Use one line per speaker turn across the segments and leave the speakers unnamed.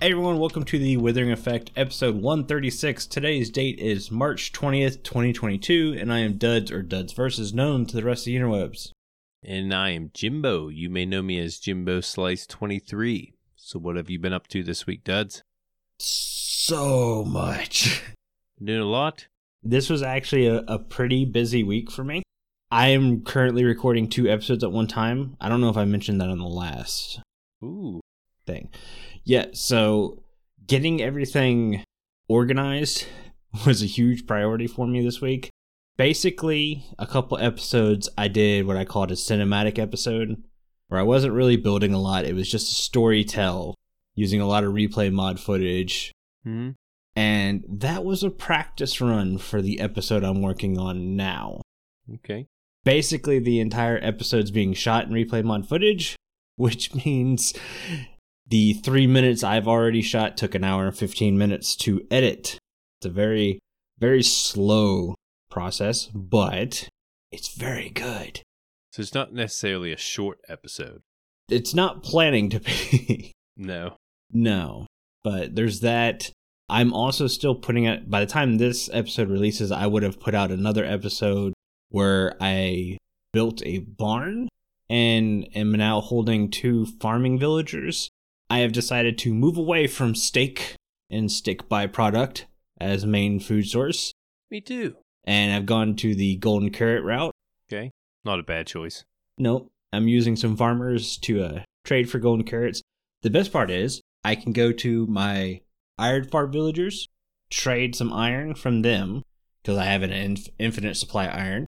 Hey everyone, welcome to the Withering Effect, episode 136. Today's date is March 20th, 2022, and I am Duds or Duds Versus, known to the rest of the interwebs.
And I am Jimbo. You may know me as Jimbo Slice 23. So, what have you been up to this week, duds?
So much.
Doing a lot?
This was actually a, a pretty busy week for me. I am currently recording two episodes at one time. I don't know if I mentioned that on the last
Ooh.
thing. Yeah, so getting everything organized was a huge priority for me this week. Basically, a couple episodes I did what I called a cinematic episode, where I wasn't really building a lot, it was just a story tell using a lot of replay mod footage.
Hmm.
And that was a practice run for the episode I'm working on now
Okay.
basically the entire episode's being shot in replay mod footage, which means the three minutes I've already shot took an hour and 15 minutes to edit. It's a very, very slow process, but it's very good.
So, it's not necessarily a short episode.
It's not planning to be.
No.
No, but there's that. I'm also still putting out, by the time this episode releases, I would have put out another episode where I built a barn and am now holding two farming villagers. I have decided to move away from steak and steak byproduct as main food source,
Me too.
and I've gone to the golden carrot route.
Not a bad choice.
Nope, I'm using some farmers to uh, trade for golden carrots. The best part is I can go to my iron farm villagers, trade some iron from them because I have an inf- infinite supply of iron,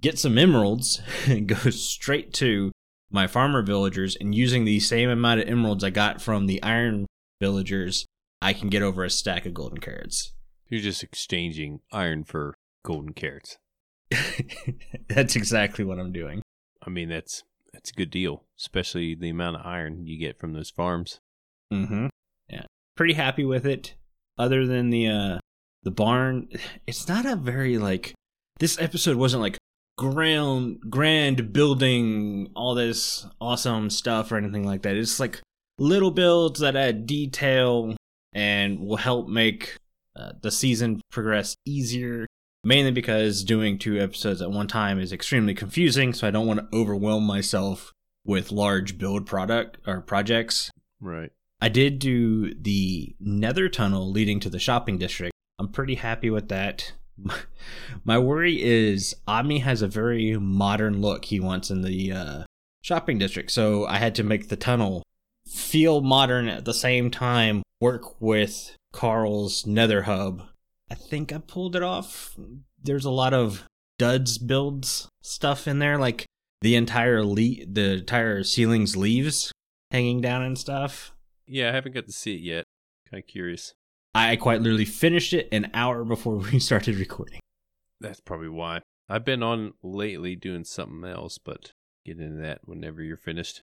get some emeralds, and go straight to my farmer villagers. And using the same amount of emeralds I got from the iron villagers, I can get over a stack of golden carrots.
You're just exchanging iron for golden carrots.
That's exactly what I'm doing.
I mean, that's that's a good deal, especially the amount of iron you get from those farms.
Mm-hmm. Yeah. Pretty happy with it. Other than the uh the barn, it's not a very like this episode wasn't like grand grand building all this awesome stuff or anything like that. It's like little builds that add detail and will help make uh, the season progress easier. Mainly because doing two episodes at one time is extremely confusing, so I don't want to overwhelm myself with large build product or projects.
Right.
I did do the nether tunnel leading to the shopping district. I'm pretty happy with that. My worry is Omni has a very modern look he wants in the uh, shopping district, so I had to make the tunnel feel modern at the same time, work with Carl's nether hub. I think I pulled it off. There's a lot of duds builds stuff in there, like the entire le- the entire ceiling's leaves hanging down and stuff.
Yeah, I haven't got to see it yet. Kind of curious.
I quite literally finished it an hour before we started recording.
That's probably why. I've been on lately doing something else, but get into that whenever you're finished.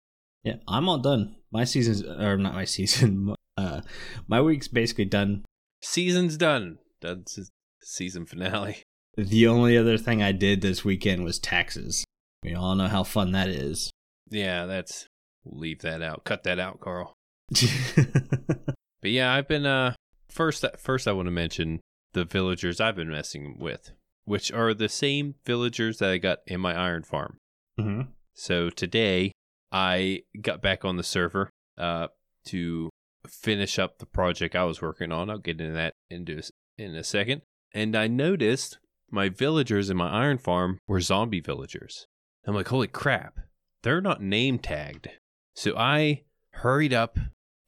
Yeah, I'm all done. My season's, or not my season, uh, my week's basically done.
Season's done. That's the season finale.
The only other thing I did this weekend was taxes. We all know how fun that is.
Yeah, that's we'll leave that out. Cut that out, Carl.
Mm-hmm.
But yeah, I've been uh first first I want to mention the villagers I've been messing with, which are the same villagers that I got in my iron farm.
hmm
So today I got back on the server uh, to finish up the project I was working on. I'll get into that into in a second. And I noticed my villagers in my iron farm were zombie villagers. I'm like, holy crap, they're not name tagged. So I hurried up,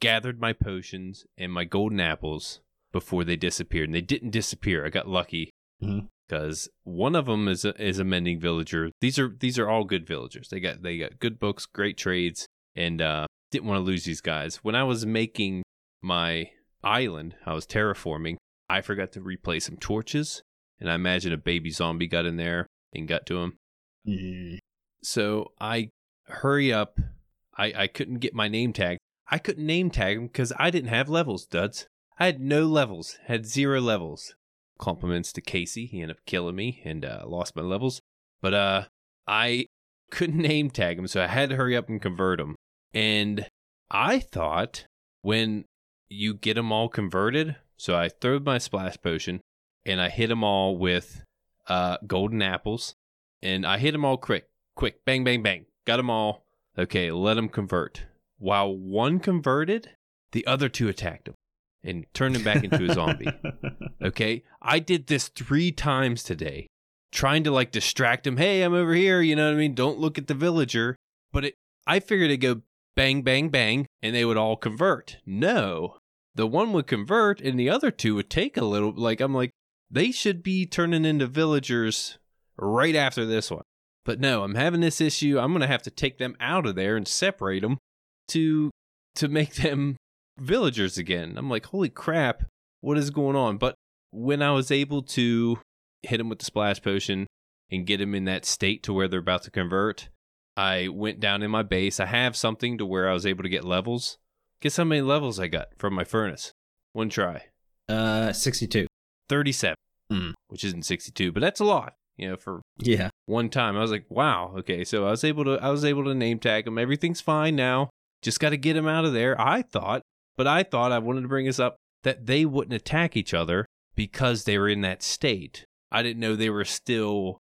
gathered my potions and my golden apples before they disappeared. And they didn't disappear. I got lucky
Mhm.
because one of them is a, is a mending villager. These are these are all good villagers. They got they got good books, great trades, and uh, didn't want to lose these guys. When I was making my island, I was terraforming. I forgot to replace some torches, and I imagine a baby zombie got in there and got to him.
mm
So I hurry up. I, I couldn't get my name tag. I couldn't name tag him because I didn't have levels, duds. I had no levels, had zero levels. Compliments to Casey. He ended up killing me and uh, lost my levels. But uh, I couldn't name tag him, so I had to hurry up and convert him. And I thought when you get them all converted. So I throw my splash potion and I hit them all with uh, golden apples and I hit them all quick, quick, bang, bang, bang. Got them all. Okay, let them convert. While one converted, the other two attacked him and turned him back into a zombie. Okay, I did this three times today, trying to like distract him. Hey, I'm over here. You know what I mean? Don't look at the villager. But it, I figured it'd go bang, bang, bang, and they would all convert. No, the one would convert, and the other two would take a little. Like I'm like, they should be turning into villagers right after this one. But no, I'm having this issue. I'm gonna have to take them out of there and separate them to to make them villagers again. I'm like, holy crap, what is going on? But when I was able to hit him with the splash potion and get him in that state to where they're about to convert, I went down in my base. I have something to where I was able to get levels. Guess how many levels I got from my furnace? One try,
uh, 62.
37,
Hmm.
which isn't 62, but that's a lot, you know, for
Yeah.
one time. I was like, wow, okay. So I was able to I was able to name tag him. Everything's fine now. Just got to get him out of there. I thought, but I thought I wanted to bring this up that they wouldn't attack each other because they were in that state. I didn't know they were still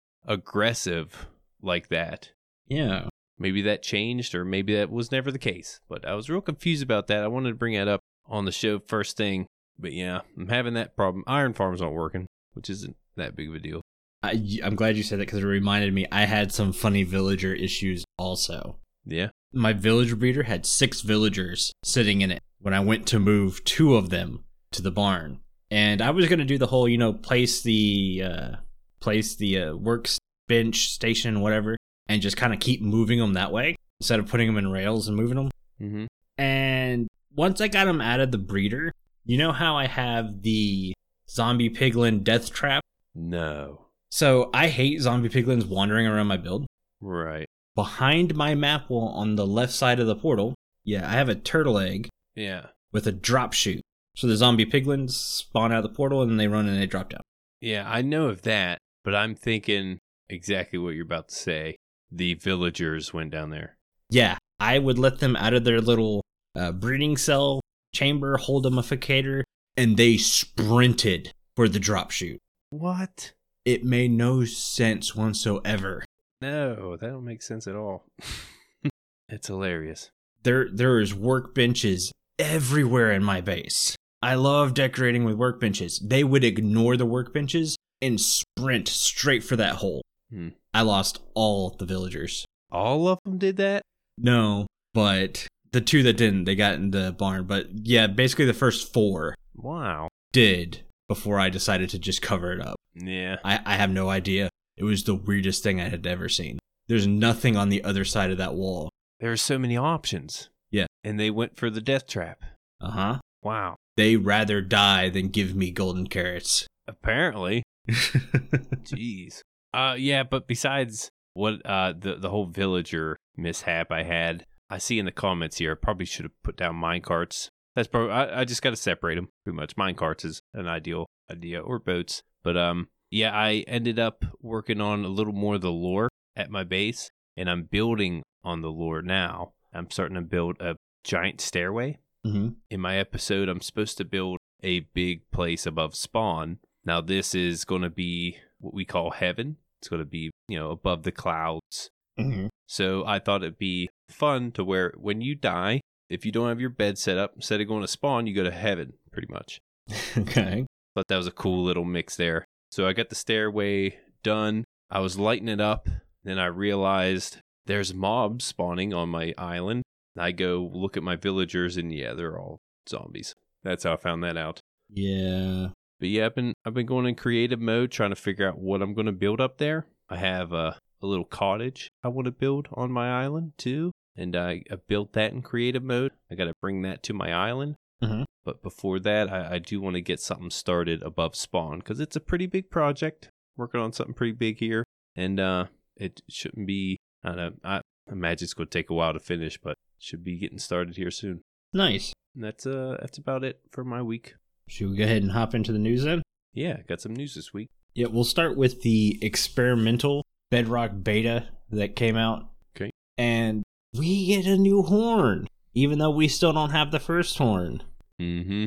aggressive like that.
Yeah.
Maybe that changed or maybe that was never the case. But I was real confused about that. I wanted to bring that up on the show first thing. But yeah, I'm having that problem. Iron Farm's not working, which isn't that big of a deal.
I, I'm glad you said that because it reminded me I had some funny villager issues also.
Yeah.
My villager breeder had six villagers sitting in it when I went to move two of them to the barn. And I was going to do the whole, you know, place the uh, place the uh, works bench station, whatever, and just kind of keep moving them that way instead of putting them in rails and moving them.
Mm-hmm.
And once I got them out of the breeder, you know how I have the zombie piglin death trap?
No.
So I hate zombie piglins wandering around my build.
Right.
Behind my map wall on the left side of the portal, yeah, I have a turtle egg
Yeah.
with a drop shoot. So the zombie piglins spawn out of the portal and they run and they drop down.
Yeah, I know of that, but I'm thinking exactly what you're about to say. The villagers went down there.
Yeah, I would let them out of their little uh, breeding cell chamber, hold them a holdumificator, and they sprinted for the drop shoot.
What?
It made no sense whatsoever.
No, that don't make sense at all. it's hilarious.
there there is workbenches everywhere in my base. I love decorating with workbenches. They would ignore the workbenches and sprint straight for that hole.
Hmm.
I lost all the villagers.
All of them did that?
No, but the two that didn't, they got in the barn. But yeah, basically the first four
Wow.
did before I decided to just cover it up.
Yeah.
I, I have no idea. It was the weirdest thing I had ever seen. There's nothing on the other side of that wall.
There are so many options.
Yeah.
And they went for the death trap.
Uh huh.
Wow.
They rather die than give me golden carrots.
Apparently. Jeez. Uh yeah, but besides what uh the the whole villager mishap I had, I see in the comments here. I probably should have put down mine carts. That's probably I, I just got to separate them pretty much. Mine carts is an ideal idea or boats, but um yeah, I ended up working on a little more of the lore at my base, and I'm building on the lore now. I'm starting to build a giant stairway
hmm
in my episode, I'm supposed to build a big place above spawn. Now, this is going to be what we call heaven. It's going to be, you know, above the clouds.
hmm
So I thought it'd be fun to where when you die, if you don't have your bed set up, instead of going to spawn, you go to heaven, pretty much.
Okay.
Thought that was a cool little mix there. So I got the stairway done. I was lighting it up. Then I realized there's mobs spawning on my island. I go look at my villagers, and yeah, they're all zombies. That's how I found that out.
Yeah.
But yeah, I've been I've been going in creative mode, trying to figure out what I'm going to build up there. I have a, a little cottage I want to build on my island too, and I, I built that in creative mode. I got to bring that to my island.
Mhm.
But before that, I, I do want to get something started above spawn because it's a pretty big project. Working on something pretty big here, and uh, it shouldn't be. I don't know. I imagine it's going to take a while to finish, but should be getting started here soon.
Nice.
And that's uh that's about it for my week.
Should we go ahead and hop into the news then?
Yeah, got some news this week.
Yeah, we'll start with the experimental Bedrock beta that came out.
Okay.
And we get a new horn, even though we still don't have the first horn.
Mm-hmm.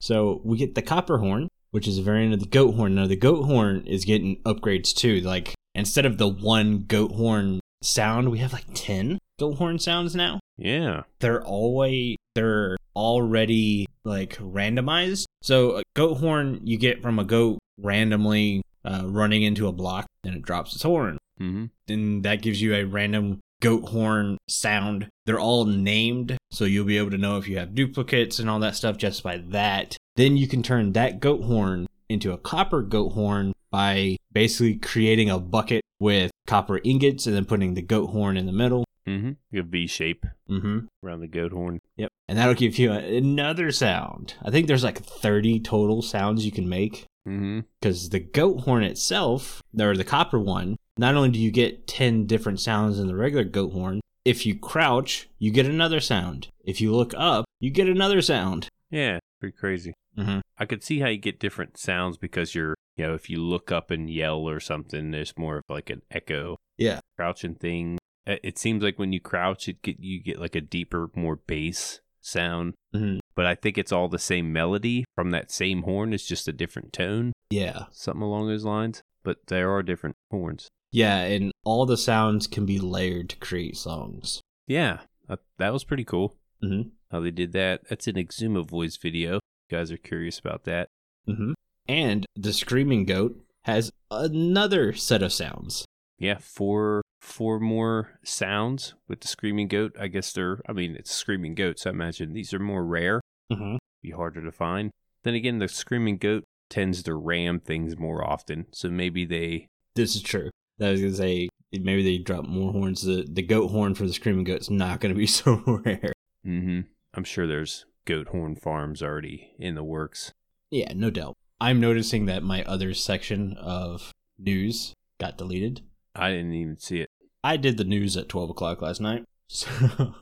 So we get the copper horn, which is a variant of the goat horn. Now the goat horn is getting upgrades too. Like instead of the one goat horn sound, we have like ten goat horn sounds now.
Yeah.
They're always they're already like randomized. So a goat horn you get from a goat randomly uh, running into a block, and it drops its horn.
Mm-hmm.
Then that gives you a random goat horn sound. They're all named, so you'll be able to know if you have duplicates and all that stuff just by that. Then you can turn that goat horn into a copper goat horn by basically creating a bucket with copper ingots and then putting the goat horn in the middle.
Mm-hmm. Like a V shape
Mm-hmm.
around the goat horn.
Yep. And that'll give you another sound. I think there's like 30 total sounds you can make.
Mm-hmm.
because the goat horn itself, or the copper one, not only do you get 10 different sounds in the regular goat horn, if you crouch, you get another sound. If you look up, you get another sound.
Yeah. Pretty crazy.
Mhm.
I could see how you get different sounds because you're, you know, if you look up and yell or something, there's more of like an echo.
Yeah.
Crouching thing. Uh, It seems like when you crouch, it get you get like a deeper, more bass sound.
Mhm.
But I think it's all the same melody from that same horn. It's just a different tone,
Yeah.
something along those lines. But there are different horns.
Yeah, and all the sounds can be layered to create songs.
Yeah, uh, that was pretty cool.
Mhm.
How they did that. That's an Exuma voice video. If you guys are curious about that.
hmm And the screaming goat has another set of sounds.
Yeah, four four more sounds with the screaming goat. I guess they're. I mean, it's screaming goats. I imagine these are more rare.
Mm-hmm.
Be harder to find. Then again, the screaming goat tends to ram things more often. So maybe they.
This is true. I was going to say, maybe they drop more horns. The, the goat horn for the screaming goat's not going to be so rare.
Mm-hmm. I'm sure there's goat horn farms already in the works.
Yeah, no doubt. I'm noticing that my other section of news got deleted.
I didn't even see it.
I did the news at 12 o'clock last night, so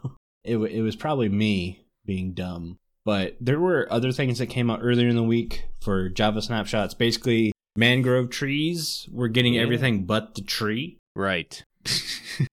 it, wa it was probably me being dumb. But there were other things that came out earlier in the week for Java snapshots. Basically, mangrove trees were getting
Yeah.
everything but the tree.
Right.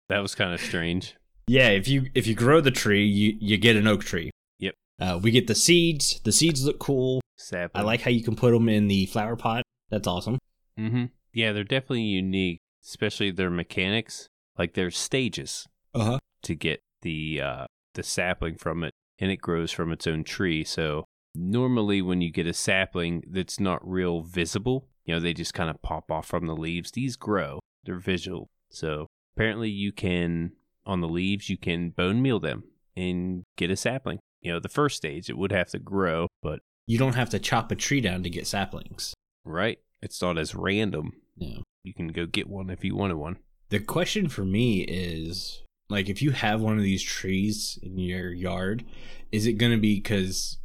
that was kind of strange.
Yeah, if you if you grow the tree, you you get an oak tree.
Yep.
Uh, we get the seeds. The seeds look cool. I
Sadly.
like how you can put them in the flower pot. That's awesome.
Mm-hmm. Yeah, they're definitely unique, especially their mechanics. Like there's stages
Uh-huh.
to get the uh, the sapling from it, and it grows from its own tree. So normally, when you get a sapling that's not real visible, you know they just kind of pop off from the leaves. These grow; they're visual. So apparently, you can on the leaves you can bone meal them and get a sapling. You know, the first stage it would have to grow, but
You don't have to chop a tree down to get saplings.
right, it's not as random.
No.
You can go get one if you wanted one.
The question for me is like if you have one of these trees in your yard, is it going to be cuz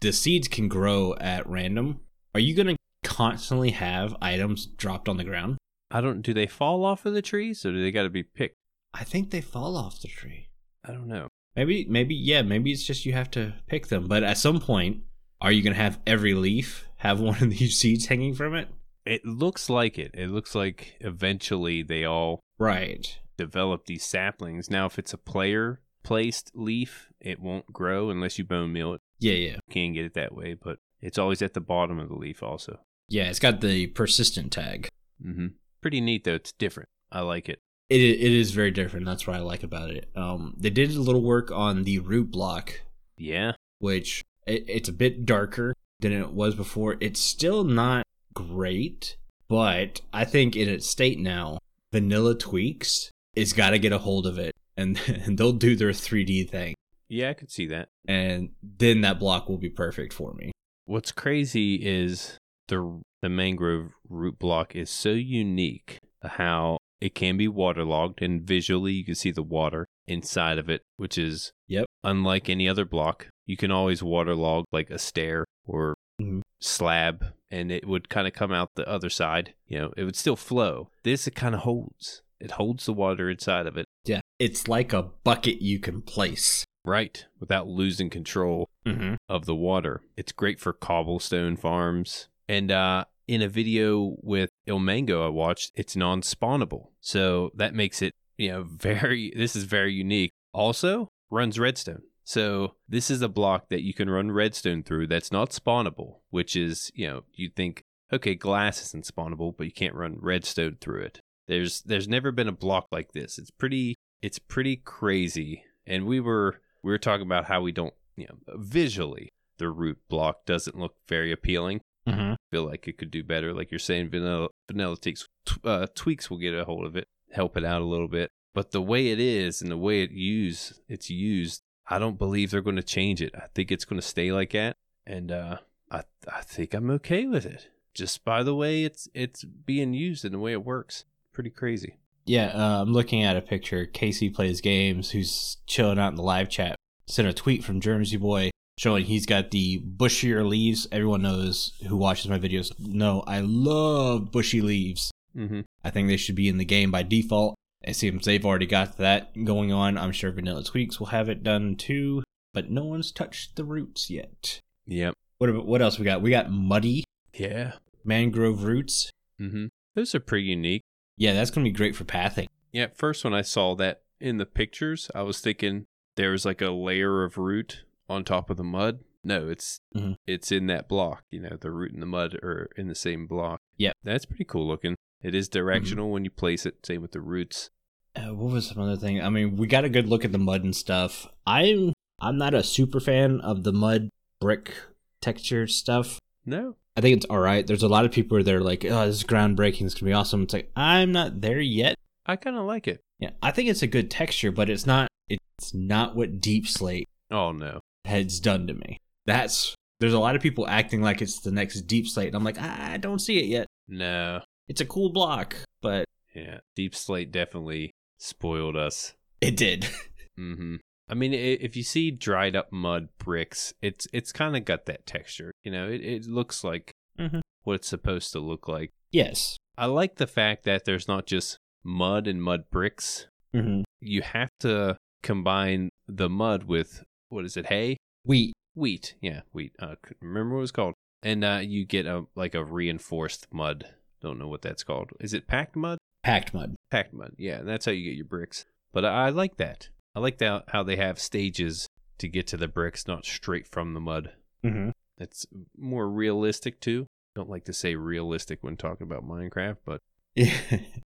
the seeds can grow at random? Are you going to constantly have items dropped on the ground?
I don't. Do they fall off of the trees, or do they got to be picked?
I think they fall off the tree.
I don't know.
Maybe maybe yeah, maybe it's just you have to pick them, but at some point are you going to have every leaf have one of these seeds hanging from it?
It looks like it. It looks like eventually they all
Right.
develop these saplings. Now, if it's a player placed leaf, it won't grow unless you bone meal it.
Yeah, yeah.
You can get it that way, but it's always at the bottom of the leaf. Also,
Yeah, it's got the persistent tag.
hmm pretty neat though. It's different. I like it.
It i- it is very different. That's what I like about it. Um, they did a little work on the root block,
Yeah.
which it, it's a bit darker than it was before. It's still not great, but I think in its state now, Vanilla Tweaks is got to get a hold of it, and, and they'll do their 3D thing,
Yeah, I could see that.
and then that block will be perfect for me.
What's crazy is the the mangrove root block is so unique uh, how it can be waterlogged and visually you can see the water inside of it, which is
Yep.
unlike any other block. You can always waterlog like a stair or
Mhm.
slab and it would kind of come out the other side. You know, it would still flow. This it kind of holds. It holds the water inside of it,
Yeah, it's like a bucket you can place.
right, without losing control
Mm-hmm.
of the water. It's great for cobblestone farms. And uh, in a video with Il Mango I watched, it's non spawnable. So that makes it, you know, very, this is very unique. Also, runs redstone. So this is a block that you can run redstone through that's not spawnable, which is, you know, you think, okay, glass isn't spawnable, but you can't run redstone through it. There's there's never been a block like this. It's pretty it's pretty crazy. And we were we were talking about how we don't, you know, visually the root block doesn't look very appealing.
Mm-hmm.
Feel like it could do better. Like you're saying, vanilla vanilla tweaks tw- uh, tweaks will get a hold of it, help it out a little bit. But the way it is and the way it use it's used I don't believe they're going to change it. I think it's going to stay like that, and uh, I I think I'm okay with it. Just by the way it's it's being used and the way it works, pretty crazy.
Yeah, uh, I'm looking at a picture. Casey plays games. Who's chilling out in the live chat? Sent a tweet from Jersey Boy showing he's got the bushier leaves. Everyone knows who watches my videos. No, I love bushy leaves.
Mm-hmm.
I think they should be in the game by default. It seems they've already got that going on. I'm sure Vanilla Tweaks will have it done too, but no one's touched the roots yet.
Yep.
What ab- what else we got? We got muddy
Yeah.
mangrove roots.
Mm-hmm. Those are pretty unique.
Yeah, that's gonna be great for pathing.
Yeah. At first, when I saw that in the pictures, I was thinking there was like a layer of root on top of the mud. No, it's
Mhm.
it's in that block. You know, the root and the mud are in the same block.
Yep.
That's pretty cool looking. It is directional when you place it. Same with the roots.
Uh, what was some other thing? I mean, we got a good look at the mud and stuff. I'm I'm not a super fan of the mud brick texture stuff.
No,
I think it's all right. There's a lot of people that are like, "Oh, this is groundbreaking. This is gonna be awesome." It's like I'm not there yet.
I kind of like it.
Yeah, I think it's a good texture, but it's not. It's not what deep slate
Oh no.
has done to me. That's there's a lot of people acting like it's the next deep slate, and I'm like, I don't see it yet.
No.
It's a cool block, but
Yeah. Deep Slate definitely spoiled us.
it did.
Mhm. I mean, i- if you see dried up mud bricks, it's it's kind of got that texture. You know, it it looks like
Mhm.
what it's supposed to look like.
yes.
I like the fact that there's not just mud and mud bricks.
Mm-hmm.
You have to combine the mud with what is it? Hay?
Wheat.
Wheat. Yeah, wheat. I couldn't remember what it was called. And uh, you get a like a reinforced mud. Don't know what that's called. Is it packed mud?
Packed mud.
packed mud. Yeah, and that's how you get your bricks. But I, I like that. I like that how they have stages to get to the bricks, not straight from the mud.
Mm-hmm.
That's more realistic too. Don't like to say realistic when talking about Minecraft, but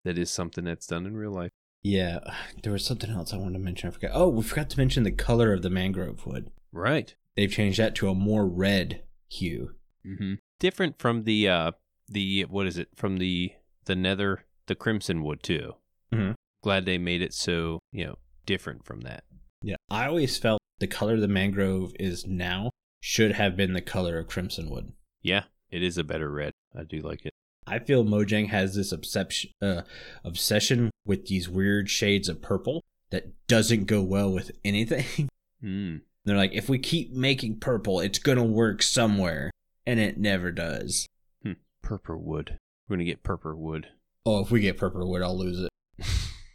that is something that's done in real life.
yeah. There was something else I wanted to mention. I forgot. Oh, we forgot to mention the color of the mangrove wood.
Right.
They've changed that to a more red hue.
Mm-hmm. Different from the uh the what is it from the the Nether the Crimson Wood too.
Mhm.
Glad they made it so you know different from that.
Yeah. I always felt the color of the mangrove is now should have been the color of crimson wood.
Yeah, it is a better red. I do like it.
I feel Mojang has this obsession, uh, obsession with these weird shades of purple that doesn't go well with anything.
Mm.
They're like, if we keep making purple, it's gonna work somewhere, and it never does.
Purple wood. We're gonna get purple wood.
Oh, if we get purple wood, I'll lose it.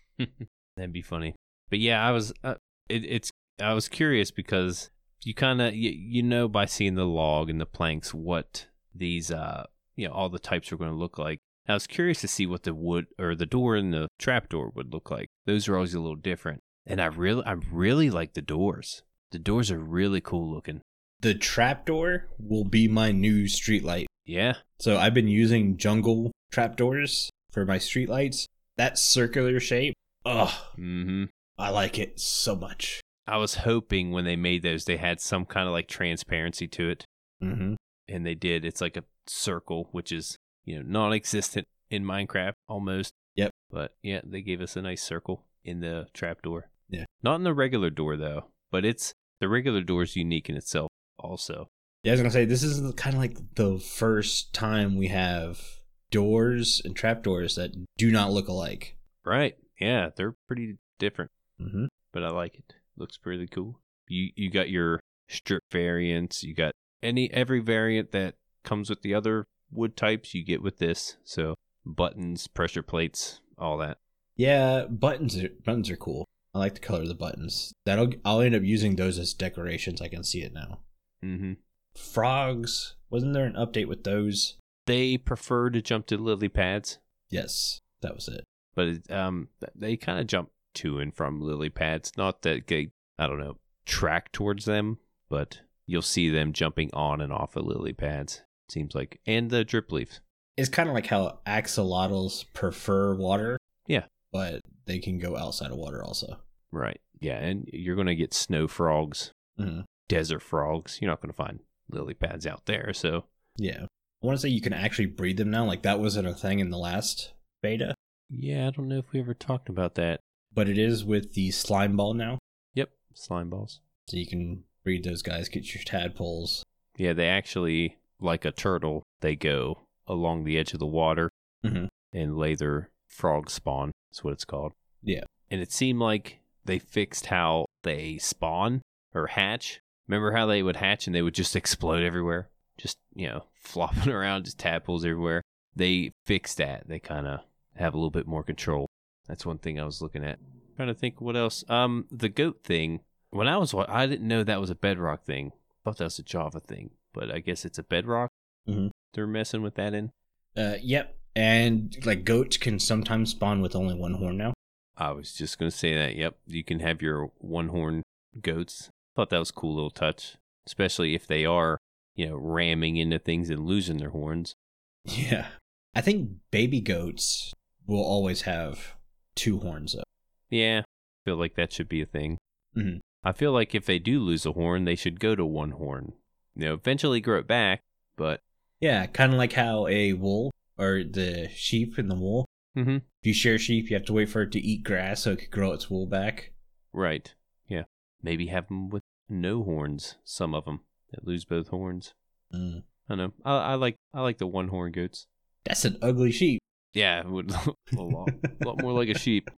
That'd be funny. But yeah, I was uh, it, it's I was curious because you kind of you, you know by seeing the log and the planks what these uh you know all the types are going to look like. I was curious to see what the wood or the door and the trapdoor would look like. Those are always a little different. And I really I really like the doors. The doors are really cool looking.
The trapdoor will be my new streetlight.
Yeah.
So I've been using jungle trapdoors for my streetlights. That circular shape, oh,
Mhm.
I like it so much.
I was hoping when they made those they had some kind of like transparency to it.
Mm-hmm.
and they did. It's like a circle, which is you know non-existent in Minecraft almost.
Yep.
But yeah, they gave us a nice circle in the trapdoor.
Yeah.
Not in the regular door though, but it's the regular door is unique in itself. Also,
Yeah, I was gonna say this is kind of like the first time we have doors and trapdoors that do not look alike.
right? Yeah, they're pretty different,
Mm-hmm.
but I like it. Looks pretty cool. You you got your strip variants. You got any every variant that comes with the other wood types. You get with this. So buttons, pressure plates, all that.
Yeah, buttons are, buttons are cool. I like the color of the buttons. That'll I'll end up using those as decorations. I can see it now.
Mm-hmm.
Frogs wasn't there an update with those?
they prefer to jump to lily pads,
Yes, that was it.
but um, they kind of jump to and from lily pads. Not that they, I don't know, track towards them, but you'll see them jumping on and off of lily pads. It seems like, and the drip leaves.
It's kind of like how axolotls prefer water.
Yeah.
But they can go outside of water also.
Right. Yeah, and you're gonna get snow frogs,
Mhm.
desert frogs. You're not gonna find lily pads out there. So
Yeah. I want to say you can actually breed them now. Like that wasn't a thing in the last beta,
yeah, I don't know if we ever talked about that.
but it is with the slime ball now.
Yep, slime balls.
So you can breed those guys, get your tadpoles.
Yeah, they actually, like a turtle, they go along the edge of the water
Mhm.
and lay their frog spawn. Is what it's called.
Yeah.
And it seemed like they fixed how they spawn or hatch. Remember how they would hatch and they would just explode everywhere, just you know, flopping around, just tadpoles everywhere. They fixed that. They kind of have a little bit more control. That's one thing I was looking at. Trying to think what else. Um, the goat thing. When I was, wa- I didn't know that was a bedrock thing thought that was a Java thing, but I guess it's a Bedrock.
Mhm.
They're messing with that in.
Uh, yep. And like goats can sometimes spawn with only one horn now.
I was just gonna say that. Yep, you can have your one horn goats. Thought that was a cool little touch, especially if they are, you know, ramming into things and losing their horns.
Yeah. I think baby goats will always have two horns though.
Yeah, feel like that should be a thing.
Mhm.
I feel like if they do lose a horn, they should go to one horn. You know, eventually grow it back, but
Yeah, kind of like how a wool or the sheep and the wool.
Mhm.
If you share sheep, you have to wait for it to eat grass so it could grow its wool back.
right, yeah, maybe have them with no horns. Some of them that lose both horns.
Mm.
I don't know. I, I like I like the one horn goats.
That's an ugly sheep.
Yeah, it would look a lot, a lot more like a sheep.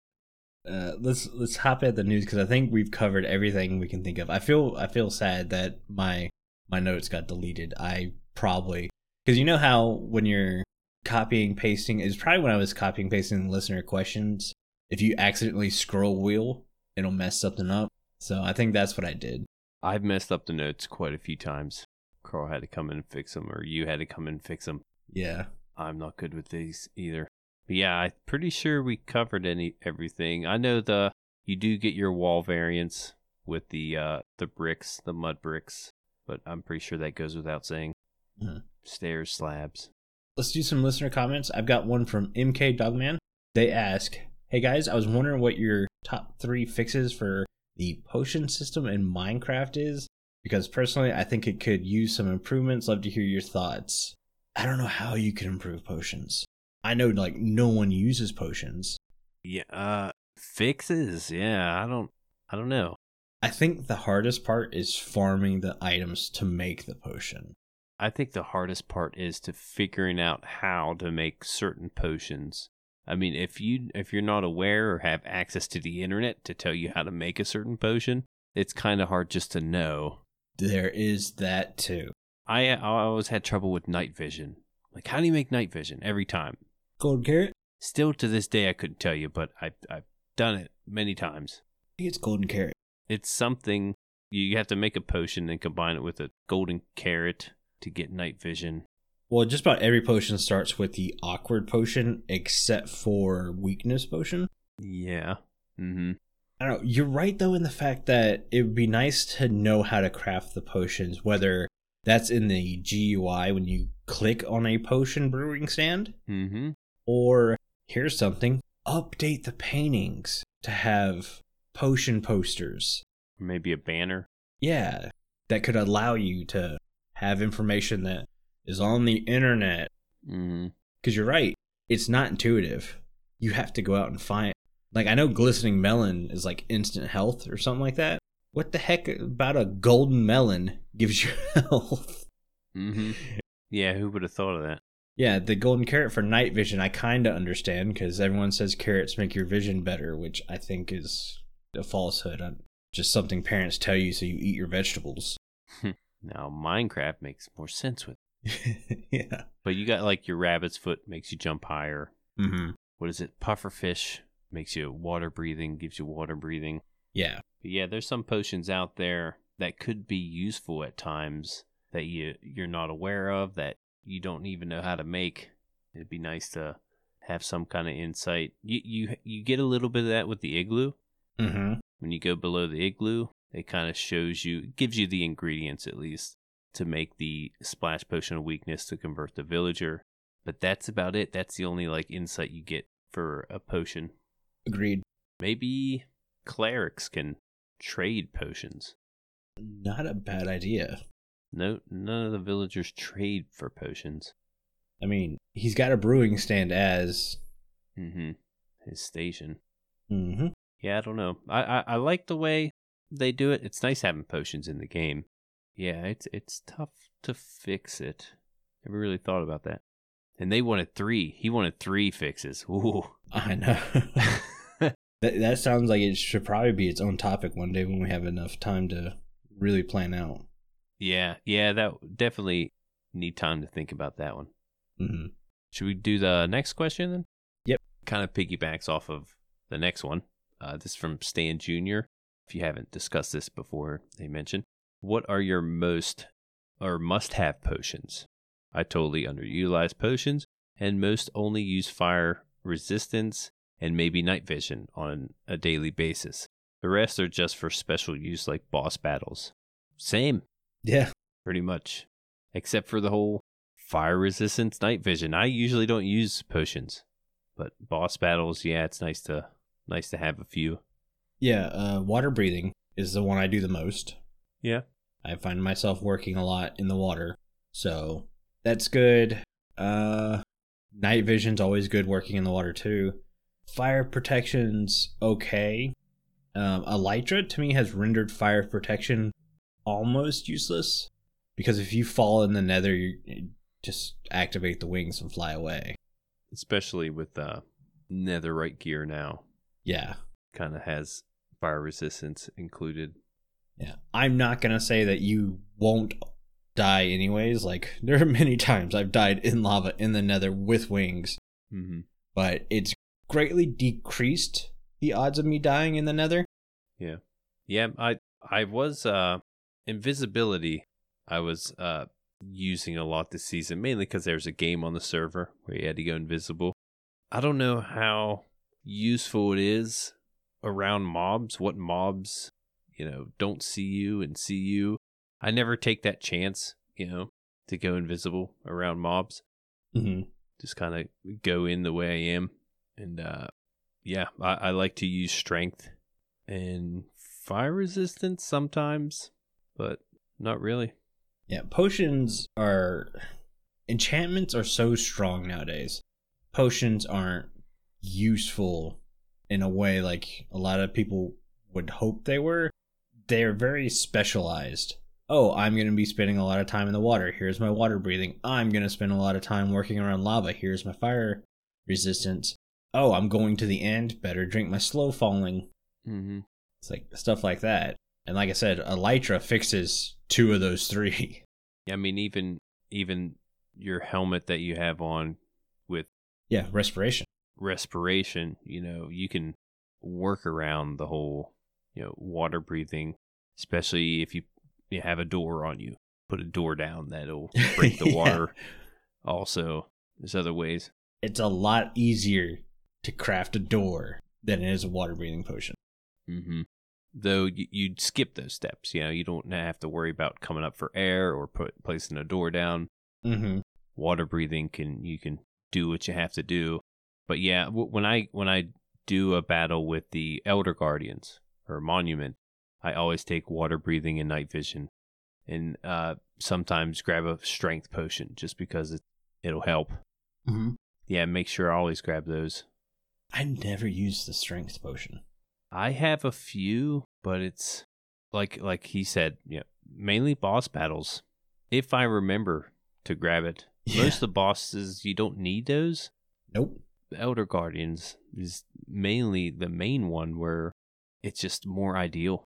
Uh, let's let's hop at the news because I think we've covered everything we can think of. I feel I feel sad that my my notes got deleted. I probably because you know how when you're copying pasting is probably when I was copying pasting the listener questions. If you accidentally scroll wheel, it'll mess something up. So I think that's what I did.
I've messed up the notes quite a few times. Carl had to come in and fix them, or you had to come in and fix them.
Yeah.
I'm not good with these either. But yeah, I'm pretty sure we covered any everything. I know the you do get your wall variants with the uh the bricks, the mud bricks, but I'm pretty sure that goes without saying.
Mhm.
Stairs, slabs.
Let's do some listener comments. I've got one from MK Dogman. They ask, "Hey guys, I was wondering what your top three fixes for the potion system in Minecraft is, because personally, I think it could use some improvements. Love to hear your thoughts. I don't know how you can improve potions. I know like no one uses potions.
Yeah, uh fixes. Yeah, I don't I don't know.
I think the hardest part is farming the items to make the potion.
I think the hardest part is to figuring out how to make certain potions. I mean, if you if you're not aware or have access to the internet to tell you how to make a certain potion, it's kind of hard just to know.
There is that too.
I I always had trouble with night vision. Like, how do you make night vision every time?
Gold carrot.
Still to this day, I couldn't tell you, but I I've done it many times.
I think it's golden carrot.
It's something you have to make a potion and combine it with a golden carrot to get night vision.
Well, just about every potion starts with the awkward potion, except for weakness potion.
Yeah. Mm-hmm.
I don't know. You're right, though, in the fact that it would be nice to know how to craft the potions, whether that's in the GUI when you click on a potion brewing stand,
Mm-hmm.
or here's something update the paintings to have potion posters.
or maybe a banner.
Yeah, that could allow you to have information that is on the internet
Mm.
because you're right it's not intuitive you have to go out and find like i know glistening melon is like instant health or something like that what the heck about a golden melon gives you health
hmm Yeah, who would have thought of that?
yeah the golden carrot for night vision i kinda understand because everyone says carrots make your vision better which i think is a falsehood i just something parents tell you so you eat your vegetables
Now Minecraft makes more sense with.
yeah
But you got like your rabbit's foot makes you jump higher.
mm-hmm.
What is it? Pufferfish makes you water breathing, gives you water breathing.
yeah
But yeah, there's some potions out there that could be useful at times that you you're not aware of that you don't even know how to make. It'd be nice to have some kind of insight. You you you get a little bit of that with the igloo.
mm-hmm.
when you go below the igloo, It kind of shows you, gives you the ingredients at least to make the splash potion of weakness to convert the villager. But that's about it. That's the only like insight you get for a potion.
Agreed.
Maybe clerics can trade potions.
Not a bad idea.
No, none of the villagers trade for potions.
I mean, he's got a brewing stand as.
Mm-hmm. His station.
Mm-hmm.
Yeah, I don't know. I, I I like the way they do it. It's nice having potions in the game. Yeah, it's it's tough to fix it. Never really thought about that. And they wanted three. He wanted three fixes. Ooh.
I know. that that sounds like it should probably be its own topic one day when we have enough time to really plan out.
yeah, yeah. That definitely need time to think about that one.
Mm-hmm.
Should we do the next question then?
Yep.
Kind of piggybacks off of the next one. Uh, this is from Stan Jr. If you haven't discussed this before, they mentioned what are your most or must have potions? I totally underutilize potions and most only use fire resistance and maybe night vision on a daily basis. The rest are just for special use like boss battles. Same
Yeah.
pretty much, except for the whole fire resistance night vision. I usually don't use potions, but boss battles, yeah, it's nice to nice to have a few.
Yeah. Uh, water breathing is the one I do the most.
Yeah.
I find myself working a lot in the water, so that's good. Uh, night vision's always good working in the water too. Fire protection's okay. Um, Elytra to me has rendered fire protection almost useless because if you fall in the nether, you you just activate the wings and fly away.
Especially with uh, netherite gear now,
Yeah,
kind of has fire resistance included.
yeah. I'm not gonna say that you won't die anyways. Like there are many times I've died in lava in the nether with wings.
Mm-hmm.
but it's greatly decreased the odds of me dying in the nether.
Yeah, I I was uh, invisibility. I was uh, using a lot this season, mainly because there was a game on the server where you had to go invisible. I don't know how useful it is around mobs. What mobs, you know, don't see you and see you. I never take that chance, you know, to go invisible around mobs
Mm-hmm.
just kind of go in the way I am. And uh, yeah, I, I like to use strength and fire resistance sometimes, but not really.
Yeah, potions are. Enchantments are so strong nowadays. Potions aren't useful in a way like a lot of people would hope they were. They're very specialized. Oh, I'm going to be spending a lot of time in the water. Here's my water breathing. I'm going to spend a lot of time working around lava. Here's my fire resistance. Oh, I'm going to the end. Better drink my slow falling.
Mm-hmm.
It's like stuff like that. And like I said, Elytra fixes two of those three.
I mean, even even your helmet that you have on with
Yeah, respiration.
respiration, you know, you can work around the whole, you know, water breathing, especially if you, you have a door on you. Put a door down that'll break the
Yeah.
water. Also, there's other ways.
It's a lot easier to craft a door than it is a water breathing potion.
Mm-hmm. Though you, you'd skip those steps, you know, you don't have to worry about coming up for air or put, placing a door down.
Mm-hmm.
Water breathing can you can do what you have to do. But yeah, w- when I when I do a battle with the Elder Guardians or Monument, I always take water breathing and night vision, and uh, sometimes grab a strength potion just because it it'll help.
Mm-hmm.
Yeah, make sure I always grab those.
I never use the strength potion.
I have a few, but it's like like he said, yeah, mainly boss battles. If I remember to grab it,
Yeah.
most of the bosses you don't need those.
Nope.
The Elder Guardians is mainly the main one where it's just more ideal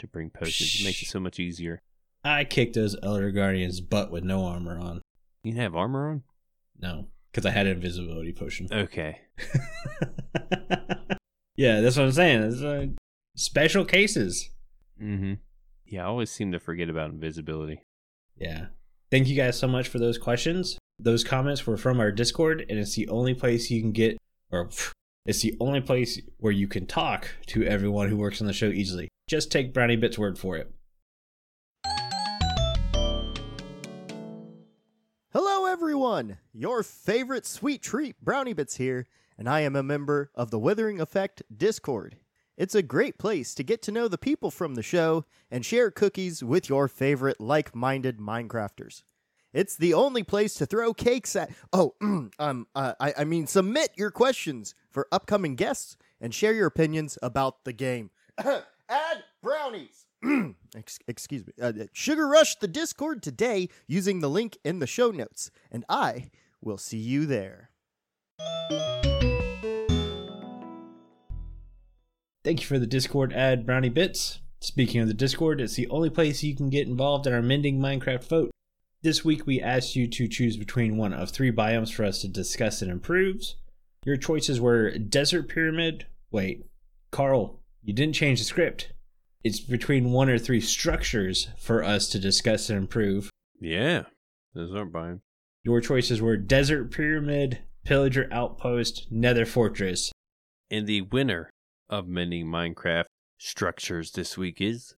to bring potions. It makes it so much easier.
I kicked those Elder Guardians' butt with no armor on.
You have armor on?
No, because I had invisibility potion.
Okay.
yeah, that's what I'm saying. That's uh, special cases.
Mm-hmm. Yeah, I always seem to forget about invisibility.
Yeah. Thank you guys so much for those questions. Those comments were from our Discord, and it's the only place you can get, or pff, it's the only place where you can talk to everyone who works on the show easily. Just take Brownie Bit's word for it.
Hello, everyone! Your favorite sweet treat, Brownie Bits, here, and I am a member of the Withering Effect Discord. It's a great place to get to know the people from the show and share cookies with your favorite like minded Minecrafters. It's the only place to throw cakes at. Oh, um, uh, I, I mean, submit your questions for upcoming guests and share your opinions about the game. Add brownies! Ex- excuse me. Uh, Sugar Rush the Discord today using the link in the show notes, and I will see you there.
Thank you for the Discord ad, Brownie Bits. Speaking of the Discord, it's the only place you can get involved in our Mending Minecraft vote. This week, we asked you to choose between one of three biomes for us to discuss and improve. Your choices were Desert Pyramid. Wait, Carl, you didn't change the script. It's between one or three structures for us to discuss and improve.
Yeah. Those aren't buying.
Your choices were Desert Pyramid, Pillager Outpost, Nether Fortress.
And the winner of mending Minecraft structures this week is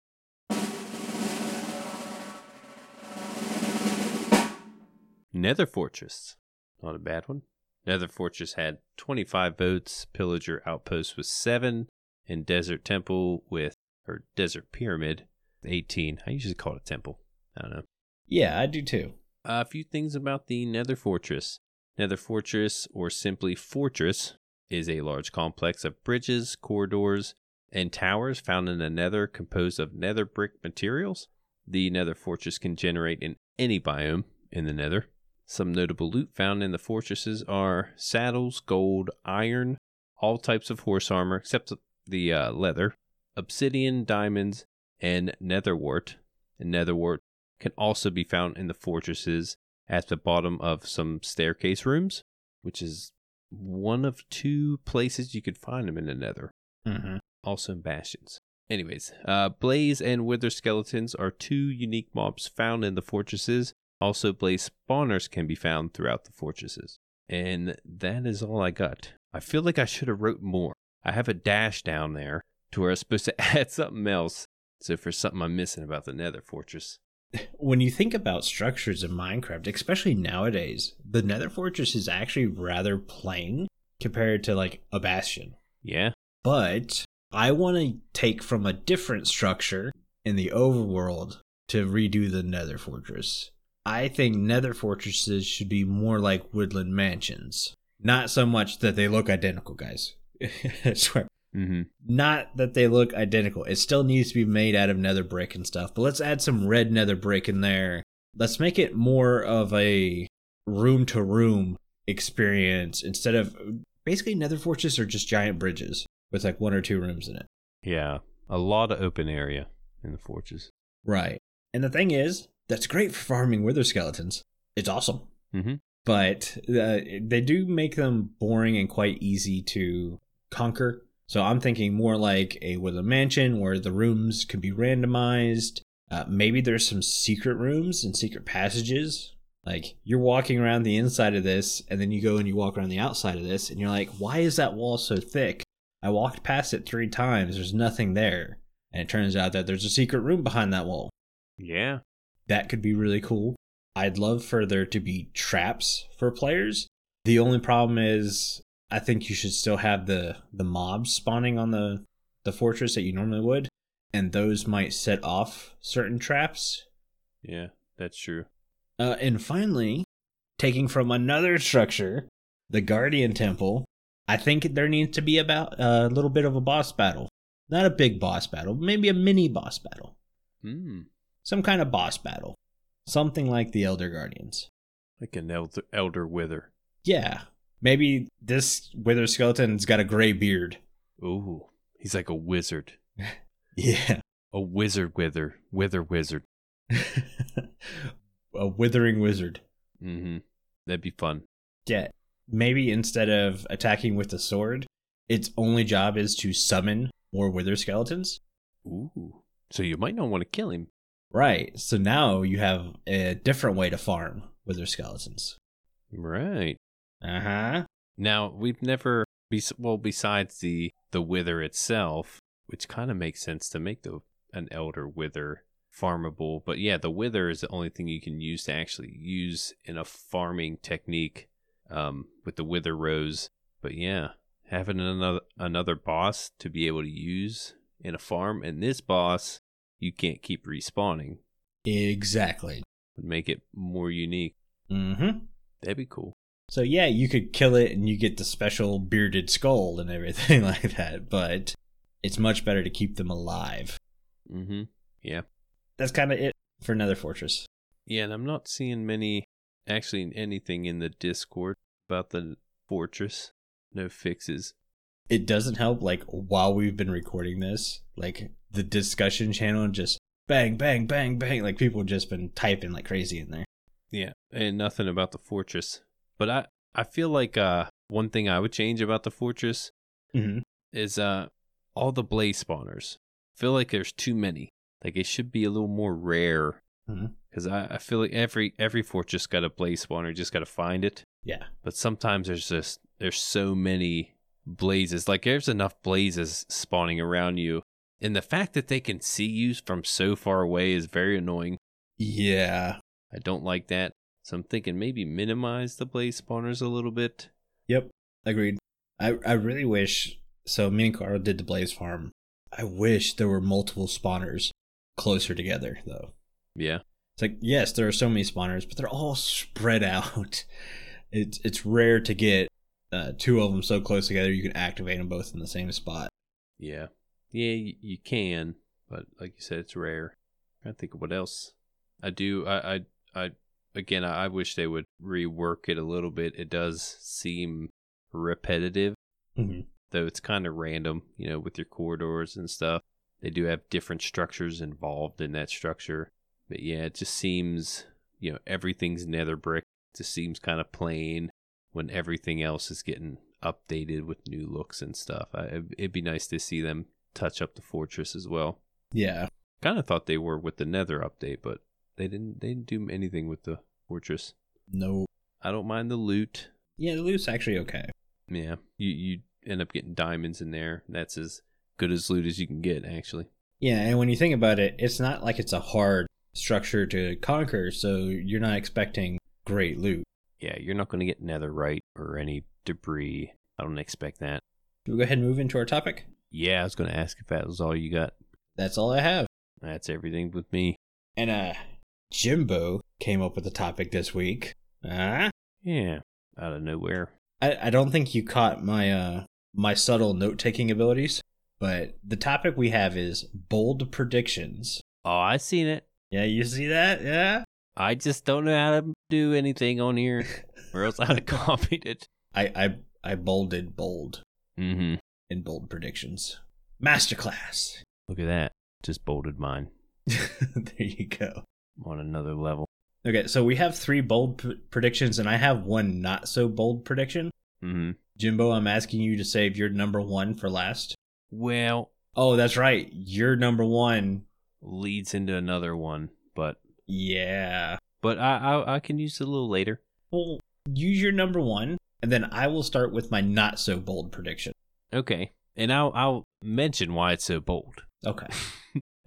Nether Fortress. Not a bad one. Nether Fortress had 25 votes, Pillager Outpost was 7, and Desert Temple with, or Desert Pyramid, 18. I usually call it Temple. I don't know.
Yeah, I do too.
A few things about the Nether Fortress. Nether Fortress, or simply Fortress, is a large complex of bridges, corridors, and towers found in the Nether composed of Nether brick materials. The Nether Fortress can generate in any biome in the Nether. Some notable loot found in the fortresses are saddles, gold, iron, all types of horse armor except the uh, leather, obsidian, diamonds, and netherwort. And netherwort can also be found in the fortresses at the bottom of some staircase rooms, which is one of two places you could find them in the nether,
Mm-hmm.
also in bastions. Anyways, uh, Blaze and Wither skeletons are two unique mobs found in the fortresses. Also, Blaze spawners can be found throughout the fortresses. And that is all I got. I feel like I should have wrote more. I have a dash down there to where I was supposed to add something else. So for something I'm missing about the Nether Fortress,
When you think about structures in Minecraft, especially nowadays, the Nether Fortress is actually rather plain compared to like a bastion.
yeah,
But I want to take from a different structure in the overworld to redo the Nether Fortress. I think Nether Fortresses should be more like woodland mansions. Not so much that they look identical, guys. I swear.
mm-hmm.
Not that they look identical. It still needs to be made out of nether brick and stuff, but let's add some red nether brick in there. Let's make it more of a room to room experience instead of basically nether fortresses are just giant bridges with like one or two rooms in it.
yeah, a lot of open area in the fortress.
Right. And the thing is, that's great for farming wither skeletons. It's awesome.
Mm-hmm.
but uh, they do make them boring and quite easy to conquer. So I'm thinking more like a with a mansion where the rooms can be randomized. Uh, maybe there's some secret rooms and secret passages. Like you're walking around the inside of this, and then you go and you walk around the outside of this, and you're like, why is that wall so thick? I walked past it three times. There's nothing there, and it turns out that there's a secret room behind that wall
Yeah.
that could be really cool. I'd love for there to be traps for players. The only problem is I think you should still have the the mobs spawning on the the fortress that you normally would, and those might set off certain traps.
Yeah, that's true.
Uh, and finally, taking from another structure, the Guardian Temple, I think there needs to be about a little bit of a boss battle. Not a big boss battle, maybe a mini boss battle
Mm.
some kind of boss battle, something like the Elder Guardians.
Like an elder, elder wither.
Yeah, maybe this wither skeleton's got a gray beard.
Ooh, he's like a wizard.
Yeah,
A wizard wither. Wither wizard.
a withering wizard.
Mm-hmm. That'd be fun.
Yeah, maybe instead of attacking with the sword, its only job is to summon more wither skeletons.
Ooh. So you might not want to kill him.
Right. So now you have a different way to farm wither skeletons.
Right.
Uh huh.
Now, we've never, bes- well, besides the, the wither itself, which kind of makes sense to make the an elder wither farmable. But yeah, the wither is the only thing you can use to actually use in a farming technique um, with the wither rose. But yeah, having another another boss to be able to use in a farm, and this boss you can't keep respawning
Exactly.
would make it more unique.
Mm-hmm.
That'd be cool.
So yeah, you could kill it and you get the special bearded skull and everything like that, but it's much better to keep them alive.
Mm-hmm.
That's kind of it for Nether Fortress.
Yeah, and I'm not seeing many, actually, anything in the Discord about the fortress. No fixes.
It doesn't help like while we've been recording this, like the discussion channel just bang bang bang bang like people just been typing like crazy in there.
Yeah, and nothing about the fortress. But I, I feel like uh, one thing I would change about the fortress
Mm-hmm.
is uh, all the blaze spawners. I feel like there's too many. Like it should be a little more rare.
Mhm.
Because I, I feel like every every fortress got a blaze spawner. You just got to find it.
Yeah.
but sometimes there's just there's so many blazes like there's enough blazes spawning around you and the fact that they can see you from so far away is very annoying
Yeah.
i don't like that so i'm thinking maybe minimize the blaze spawners a little bit
Yep, agreed. I I really wish so. Me and Carl did the blaze farm. I wish there were multiple spawners closer together, though.
yeah
It's like yes, there are so many spawners, but they're all spread out. It's it's rare to get uh, two of them so close together you can activate them both in the same spot.
yeah yeah you, you can but like you said it's rare i think of what else i do i i, I again I, I wish they would rework it a little bit it does seem repetitive
Mm-hmm.
though it's kind of random, you know, with your corridors and stuff. They do have different structures involved in that structure. But yeah, it just seems, you know, everything's nether brick. It just seems kind of plain when everything else is getting updated with new looks and stuff. I, it'd- it'd be nice to see them touch up the fortress as well.
Yeah,
Kind of thought they were with the nether update, but they didn't they didn't do anything with the fortress.
no.
I don't mind the loot.
Yeah, the loot's actually okay.
Yeah, you you end up getting diamonds in there. That's as good as loot as you can get, actually.
Yeah, and when you think about it, it's not like it's a hard structure to conquer, so you're not expecting great loot.
Yeah, you're not going to get netherite or any debris. I don't expect that.
Should we go ahead and move into our topic?
Yeah, I was going to ask if that was all you got.
That's all I have.
That's everything with me.
And uh Jimbo came up with a topic this week. Uh,
Yeah, out of nowhere.
I, I don't think you caught my uh my subtle note taking abilities, but the topic we have is bold predictions.
Oh, I seen it.
Yeah, you see that? Yeah.
I just don't know how to do anything on here, or else I'd have copied it.
I I, I bolded bold
Mm-hmm.
in bold predictions. Masterclass.
Look at that. Just bolted mine
there you go.
on another level.
Okay, so we have three bold p- predictions, and I have one not so bold prediction.
Mm-hmm.
Jimbo, I'm asking you to save your number one for last.
Well,
Oh, that's right. Your number one.
leads into another one, but
Yeah.
but I I, I can use it a little later.
Well, use your number one, and then I will start with my not so bold prediction.
Okay. And I'll I'll mention why it's so bold.
Okay.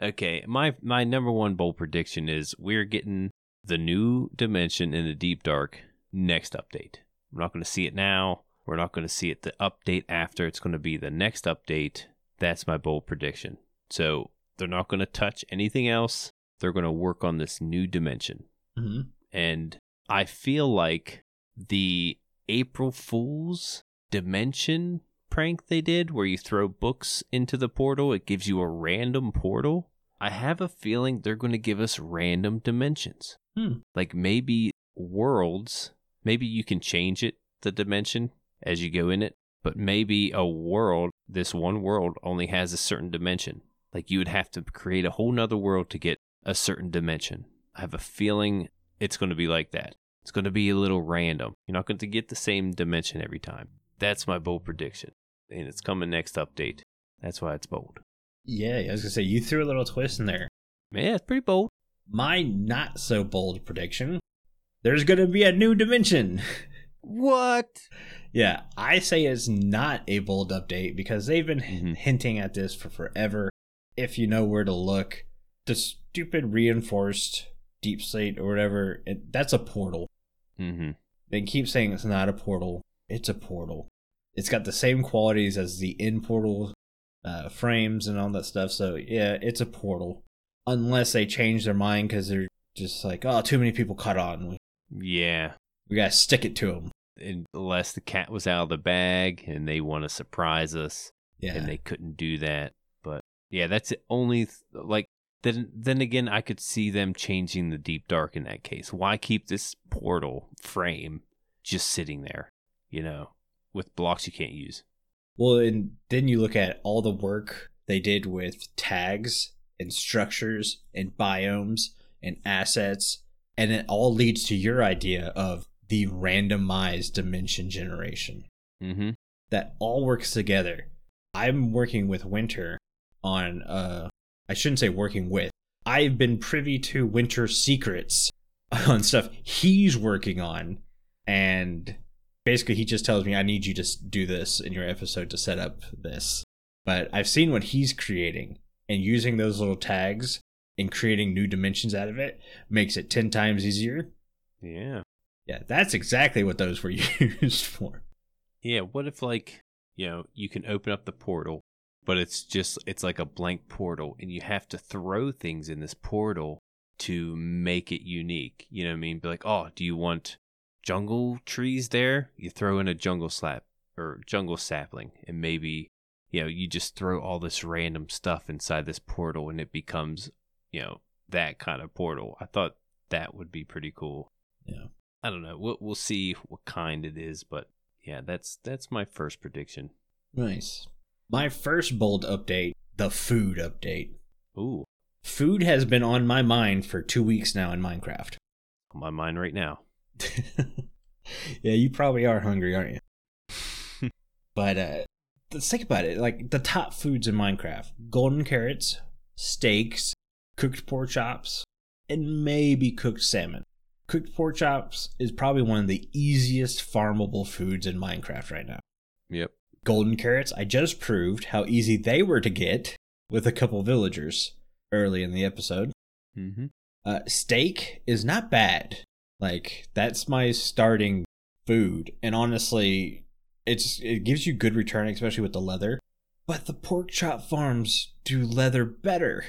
Okay. My my number one bold prediction is we're getting the new dimension in the deep dark next update. We're not gonna see it now. We're not gonna see it the update after. It's gonna be the next update. That's my bold prediction. So they're not gonna touch anything else. They're gonna work on this new dimension.
hmm
And I feel like the April Fool's Dimension prank they did, where you throw books into the portal, it gives you a random portal. I have a feeling they're going to give us random dimensions.
Hmm.
Like maybe worlds, maybe you can change it, the dimension, as you go in it. But maybe a world, this one world, only has a certain dimension. Like you would have to create a whole nother world to get a certain dimension. I have a feeling it's going to be like that. It's going to be a little random. You're not going to get the same dimension every time. That's my bold prediction. And it's coming next update. That's why it's bold.
Yeah, I was gonna say you threw a little twist in there.
Yeah, it's pretty bold.
My not so bold prediction: there's gonna be a new dimension.
What?
Yeah, I say it's not a bold update because they've been hin-
Mhm.
hinting at this for forever. If you know where to look, the stupid reinforced deep slate or whatever, it, that's a portal.
Mm-hmm.
They keep saying it's not a portal, it's a portal. It's got the same qualities as the in portal uh, frames and all that stuff. So, yeah, it's a portal. Unless they change their mind because they're just like, oh, too many people caught on. We,
Yeah.
we got to stick it to them.
Unless the cat was out of the bag and they want to surprise us
Yeah.
and they couldn't do that. But yeah, that's the only th- like then then again I could see them changing the deep dark in that case. Why keep this portal frame just sitting there, you know, with blocks you can't use?
Well, and then you look at all the work they did with tags and structures and biomes and assets, and it all leads to your idea of the randomized dimension generation
Mhm.
that all works together. I'm working with Winter on uh I shouldn't say working with. I've been privy to Winter's secrets on stuff he's working on and basically he just tells me I need you to s- do this in your episode to set up this. But I've seen what he's creating and using those little tags and creating new dimensions out of it makes it 10 times easier.
Yeah.
Yeah, that's exactly what those were used for.
Yeah, what if like, you know, you can open up the portal, but it's just it's like a blank portal and you have to throw things in this portal to make it unique. You know what I mean? Be like, "Oh, do you want jungle trees there?" You throw in a jungle slap or jungle sapling and maybe you know, you just throw all this random stuff inside this portal and it becomes, you know, that kind of portal. I thought that would be pretty cool.
Yeah.
I don't know. We'll, we'll see what kind it is, but yeah, that's that's my first prediction.
Nice. My first bold update, the food update.
Ooh,
Food has been on my mind for two weeks now in Minecraft.
on my mind right now.
yeah, you probably are hungry, aren't you? but uh let's think about it. Like the top foods in Minecraft golden carrots, steaks, cooked pork chops, and maybe cooked salmon. Cooked pork chops is probably one of the easiest farmable foods in Minecraft right now.
Yep.
golden carrots. I just proved how easy they were to get with a couple villagers early in the episode.
Mm-hmm.
Uh, steak is not bad. Like that's my starting food, and honestly, it's it gives you good return, especially with the leather. But the pork chop farms do leather better,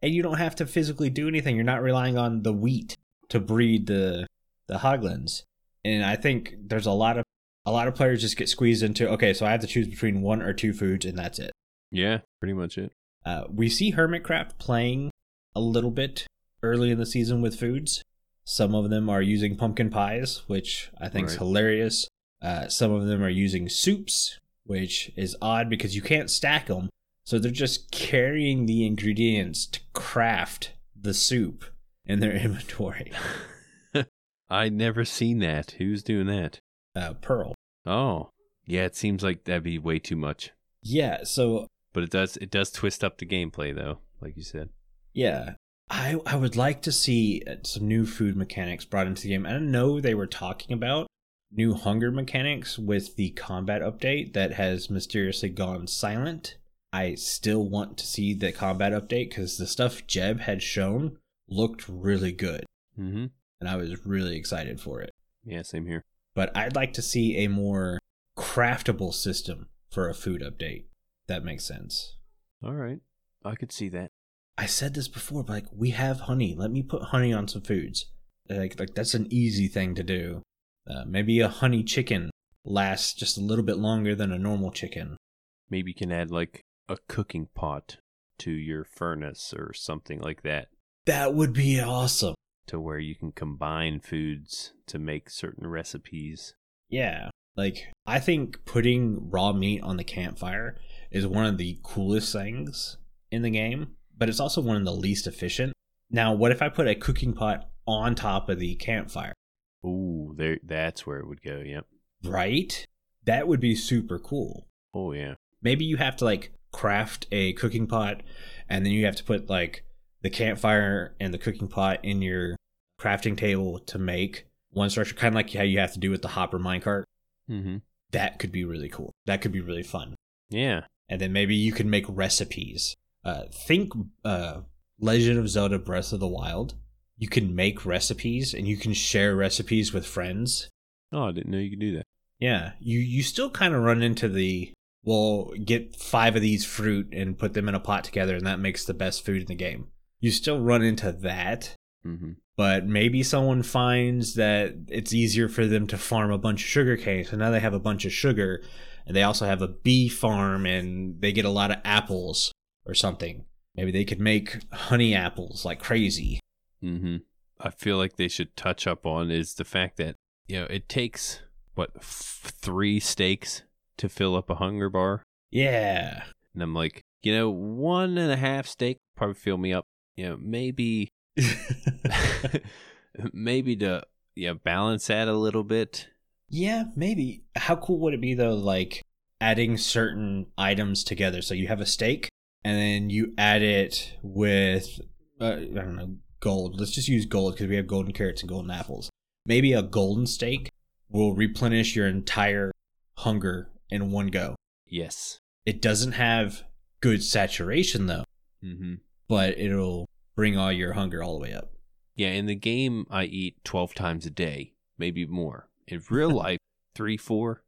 and you don't have to physically do anything. You're not relying on the wheat to breed the the hoglins, and I think there's a lot of a lot of players just get squeezed into okay, so I have to choose between one or two foods, and that's it.
Yeah, pretty much it.
Uh, we see Hermitcraft playing a little bit early in the season with foods. Some of them are using pumpkin pies, which I think is
Right.
hilarious. Uh, some of them are using soups, which is odd because you can't stack them. So they're just carrying the ingredients to craft the soup in their inventory.
I never seen that. Who's doing that?
Uh, Pearl.
Oh, yeah. It seems like that'd be way too much,
Yeah, so
but it does it does twist up the gameplay though, like you said.
Yeah. I I would like to see uh, some new food mechanics brought into the game. I know they were talking about new hunger mechanics with the combat update that has mysteriously gone silent. I still want to see the combat update because the stuff Jeb had shown looked really good,
Mm-hmm.
and I was really excited for it.
Yeah, same here.
But I'd like to see a more craftable system for a food update. That makes sense.
All right, I could see that.
I said this before, but like we have honey. Let me put honey on some foods. Like like that's an easy thing to do. Uh, maybe a honey chicken lasts just a little bit longer than a normal chicken.
Maybe you can add like a cooking pot to your furnace or something like that,
That would be awesome.
to where you can combine foods to make certain recipes.
Yeah. Like I think putting raw meat on the campfire is one of the coolest things in the game, but it's also one of the least efficient. Now, what if I put a cooking pot on top of the campfire?
Ooh, there that's where it would go. Yep.
Right? That would be super cool.
Oh yeah.
maybe you have to like craft a cooking pot and then you have to put like the campfire and the cooking pot in your crafting table to make one structure, kind of like how you have to do with the hopper minecart.
Mm-hmm.
That could be really cool. That could be really fun.
Yeah.
And then maybe you can make recipes. Uh, think uh, Legend of Zelda Breath of the Wild. You can make recipes and you can share recipes with friends.
Oh, I didn't know you could do that.
Yeah, you you still kind of run into the well, get five of these fruit and put them in a pot together, and that makes the best food in the game. You still run into that,
Mm-hmm.
but maybe someone finds that it's easier for them to farm a bunch of sugar cane, so now they have a bunch of sugar, and they also have a bee farm, and they get a lot of apples or something. Maybe they could make honey apples like crazy.
Mm-hmm. I feel like they should touch up on is the fact that you know it takes what f- three steaks to fill up a hunger bar,
Yeah,
and I'm like, you know, one and a half steak probably fill me up. You know, maybe maybe to you know balance that a little bit.
yeah, maybe. How cool would it be though? Like adding certain items together. So you have a steak, and then you add it with uh, I don't know gold. Let's just use gold because we have golden carrots and golden apples. Maybe a golden steak will replenish your entire hunger in one go.
Yes.
It doesn't have good saturation though,
Mm-hmm.
but it'll bring all your hunger all the way up.
Yeah, in the game, I eat 12 times a day, maybe more. In real life, three, four.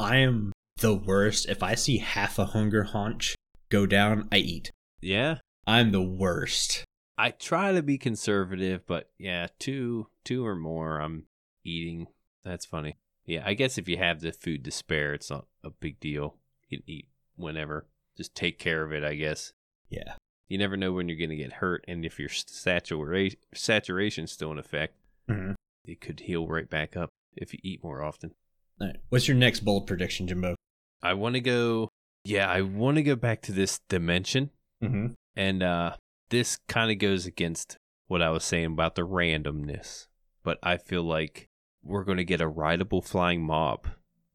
I am the worst. If I see half a hunger haunch go down, I eat.
Yeah.
I'm the worst.
I try to be conservative, but yeah, two, two or more, I'm eating. That's funny. Yeah, I guess if you have the food to spare, it's not a big deal. You can eat whenever. Just take care of it, I guess.
Yeah.
You never know when you're going to get hurt, and if your satura- saturation's still in effect,
Mhm.
it could heal right back up if you eat more often.
All right. What's your next bold prediction, Jimbo?
I want to go. Yeah, I want to go back to this dimension,
Mm-hmm.
and uh, this kind of goes against what I was saying about the randomness. But I feel like we're going to get a rideable flying mob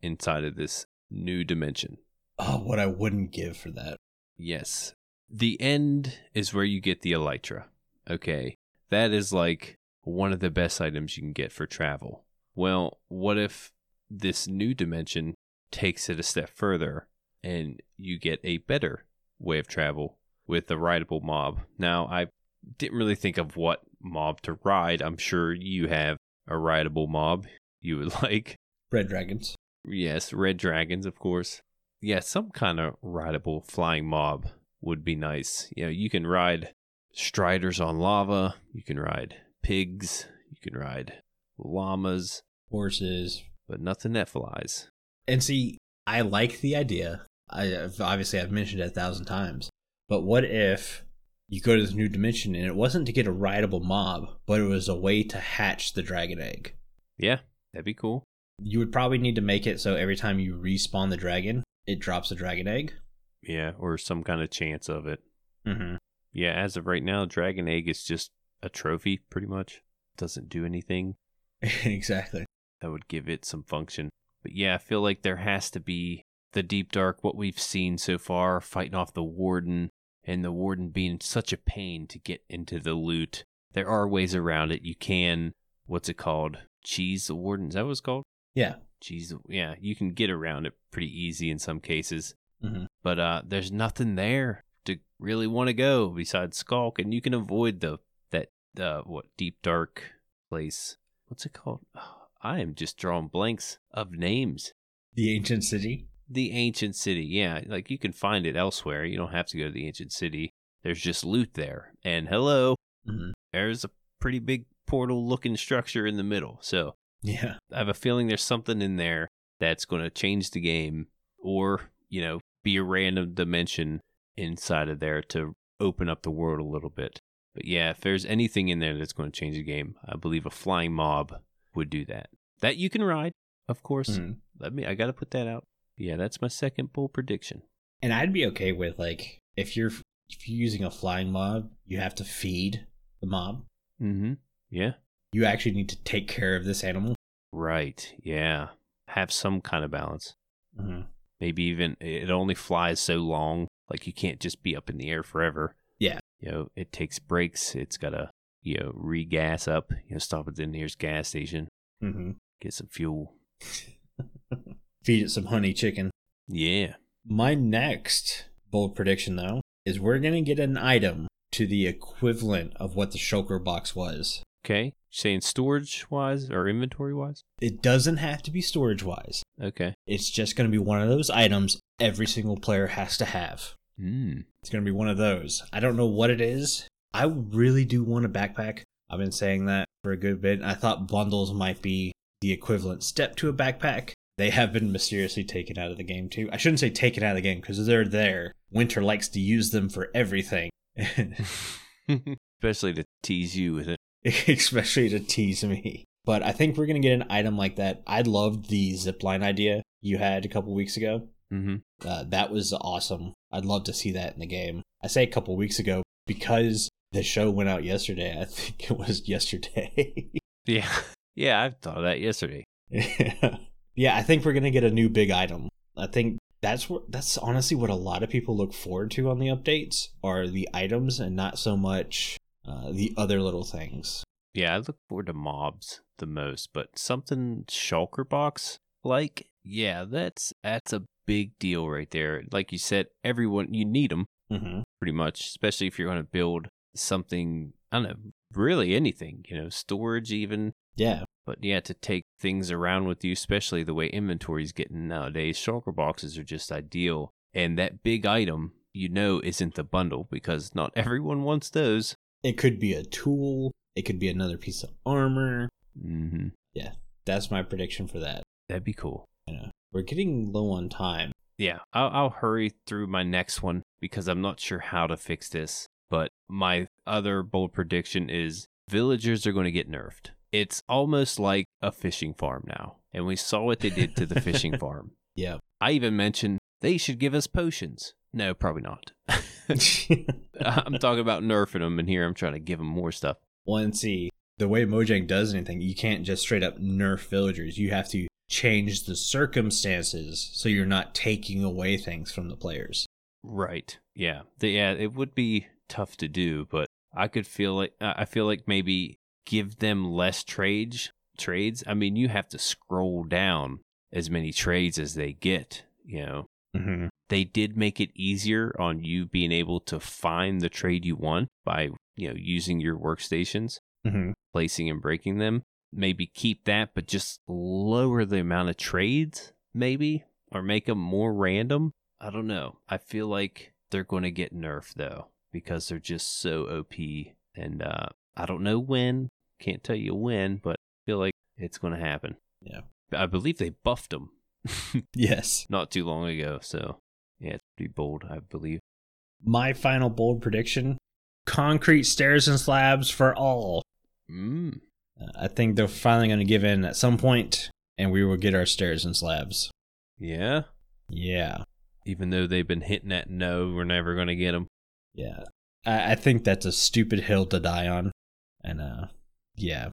inside of this new dimension.
Oh, what I wouldn't give for that.
Yes, the end is where you get the elytra. Okay, that is like one of the best items you can get for travel. Well, what if this new dimension takes it a step further and you get a better way of travel with the rideable mob? Now, I didn't really think of what mob to ride. I'm sure you have a rideable mob you would like.
Red dragons.
Yes, red dragons, of course. Yeah, some kind of rideable flying mob would be nice. You know, you can ride striders on lava, you can ride pigs, you can ride llamas,
Horses.
but nothing that flies.
And see, I like the idea. I I've- obviously I've mentioned it a thousand times. But what if you go to this new dimension and it wasn't to get a rideable mob, but it was a way to hatch the dragon egg?
Yeah, that'd be cool.
You would probably need to make it so every time you respawn the dragon, it drops a dragon egg.
Yeah, or some kind of chance of it.
Mm-hmm.
Yeah, as of right now, Dragon Egg is just a trophy, pretty much. Doesn't do anything.
exactly.
that would give it some function. But yeah, I feel like there has to be the deep dark, what we've seen so far, fighting off the warden, and the warden being such a pain to get into the loot. There are ways around it. You can, what's it called? Cheese the warden. Is that what it's called?
Yeah.
Cheese. Yeah, you can get around it pretty easy in some cases.
Mhm.
But uh, there's nothing there to really want to go besides Skulk, and you can avoid the that uh, what deep dark place. What's it called? I am just drawing blanks of names.
The ancient city.
The ancient city, yeah, like you can find it elsewhere. You don't have to go to the ancient city. There's just loot there. And hello,
Mm-hmm.
there's a pretty big portal looking structure in the middle. So
Yeah.
I have a feeling there's something in there that's going to change the game or, you know, be a random dimension inside of there to open up the world a little bit. But yeah, if there's anything in there that's going to change the game, I believe a flying mob would do that. That you can ride, of course.
Mhm.
Let me I got to put that out. Yeah, that's my second bull prediction.
and I'd be okay with like if you're if you're using a flying mob, you have to feed the mob.
Mhm. Yeah.
You actually need to take care of this animal.
Right. Yeah. Have some kind of balance.
Mm-hmm.
maybe even it only flies so long like you can't just be up in the air forever
Yeah.
you know it takes breaks it's got to you know, regas up, you know, stop at the nearest gas station,
Mm-hmm.
get some fuel.
Feed it some honey chicken.
Yeah.
My next bold prediction, though, is we're going to get an item to the equivalent of what the Shulker box was.
Okay. Saying storage wise or inventory wise?
It doesn't have to be storage wise,
Okay.
it's just going to be one of those items every single player has to have.
Mm.
It's going to be one of those. I don't know what it is. I really do want a backpack. I've been saying that for a good bit. I thought bundles might be the equivalent step to a backpack. They have been mysteriously taken out of the game, too. I shouldn't say taken out of the game because they're there. Winter likes to use them for everything,
Especially to tease you with it.
especially to tease me. But I think we're going to get an item like that. I loved the zipline idea you had a couple weeks ago.
Mm-hmm.
Uh, that was awesome. I'd love to see that in the game. I say a couple weeks ago because the show went out yesterday. I think it was yesterday.
Yeah. Yeah, I thought of that yesterday.
yeah, I think we're gonna get a new big item. I think that's what that's honestly what a lot of people look forward to on the updates are the items and not so much uh, the other little things.
Yeah, I look forward to mobs the most, but something shulker box like, yeah, that's that's a big deal right there. Like you said, everyone you need them
Mm-hmm.
pretty much, especially if you're going to build something. I don't know, really anything, you know, storage even.
Yeah,
But yeah, to take things around with you, especially the way inventory's getting nowadays, shulker boxes are just ideal. And that big item, you know, isn't the bundle because not everyone wants those.
it could be a tool. It could be another piece of armor.
Mm-hmm.
That's my prediction for that.
That'd be cool.
You know, we're getting low on time.
Yeah, I'll, I'll hurry through my next one because I'm not sure how to fix this. But my other bold prediction is villagers are going to get nerfed. It's almost like a fishing farm now. And we saw what they did to the fishing farm.
Yeah.
I even mentioned they should give us potions. No, probably not. I'm talking about nerfing them, and here I'm trying to give them more stuff.
Well, and see, the way Mojang does anything, you can't just straight up nerf villagers. You have to change the circumstances so you're not taking away things from the players.
Right. Yeah. The, yeah. It would be tough to do, but I could feel like I I feel like maybe give them less trades. Trades. I mean, you have to scroll down as many trades as they get. You know,
Mm-hmm.
they did make it easier on you being able to find the trade you want by you know using your workstations,
Mm-hmm.
placing and breaking them. Maybe keep that, but just lower the amount of trades, maybe, or make them more random. I don't know. I feel like they're going to get nerfed though because they're just so OP, and uh, I don't know when. Can't tell you when, but I feel like it's going to happen.
Yeah.
I believe they buffed them
Yes.
not too long ago. So yeah, it's pretty bold, I believe.
My final bold prediction concrete stairs and slabs for all.
Mm.
Uh, I think they're finally going to give in at some point, and we will get our stairs and slabs.
Yeah.
Yeah.
Even though they've been hitting that no, we're never going to get them.
Yeah. I, I think that's a stupid hill to die on. And uh yeah.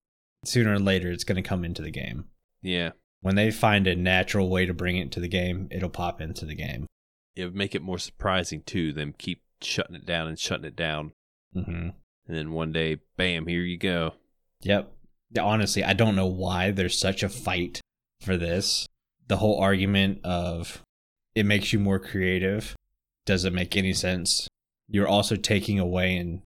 Sooner or later it's gonna come into the game.
Yeah.
When they find a natural way to bring it to the game, it'll pop into the game.
It would make it more surprising too. Them keep shutting it down and shutting it down,
Mm-hmm.
and then one day, bam, here you go.
Yep. Yeah, Honestly, I don't know why there's such a fight for this. The whole argument of it makes you more creative doesn't make any sense. You're also taking away and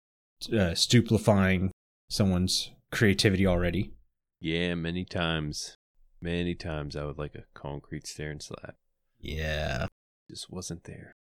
uh, stupefying someone's creativity already.
Yeah, many times, many times I would like a concrete stair and slab.
Yeah.
Just wasn't there.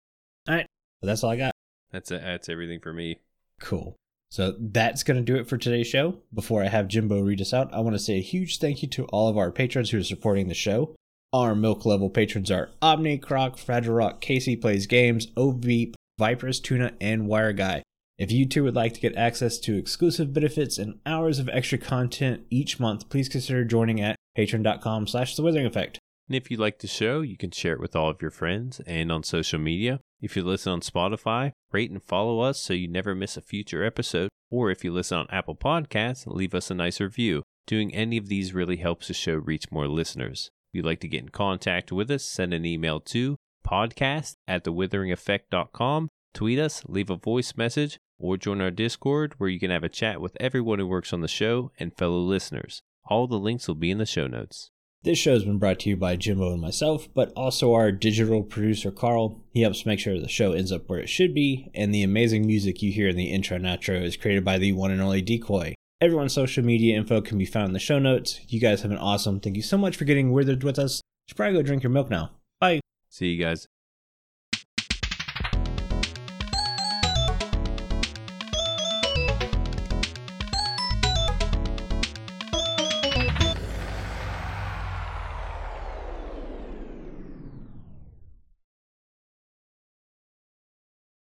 that's all I got.
That's it. That's everything for me.
Cool. So that's going to do it for today's show. Before I have Jimbo read us out, I want to say a huge thank you to all of our patrons who are supporting the show. Our milk level patrons are Omni, Croc, Fragile Rock, Casey Plays Games, Oveep, Vipers, Tuna, and Wire Guy. If you too would like to get access to exclusive benefits and hours of extra content each month, please consider joining at patreon.com slash the withering effect.
And if you like the show, you can share it with all of your friends and on social media. If you listen on Spotify, rate and follow us so you never miss a future episode. Or if you listen on Apple Podcasts, leave us a nice review. Doing any of these really helps the show reach more listeners. If you'd like to get in contact with us, send an email to podcast at thewitheringeffect.com, tweet us, leave a voice message, or join our Discord where you can have a chat with everyone who works on the show and fellow listeners. All the links will be in the show notes.
This show has been brought to you by Jimbo and myself, but also our digital producer Carl. He helps make sure the show ends up where it should be, and the amazing music you hear in the intro and outro is created by the one and only Decoy. Everyone's social media info can be found in the show notes. You guys have been awesome. Thank you so much for getting withered with us. You should probably go drink your milk now. Bye.
See you guys.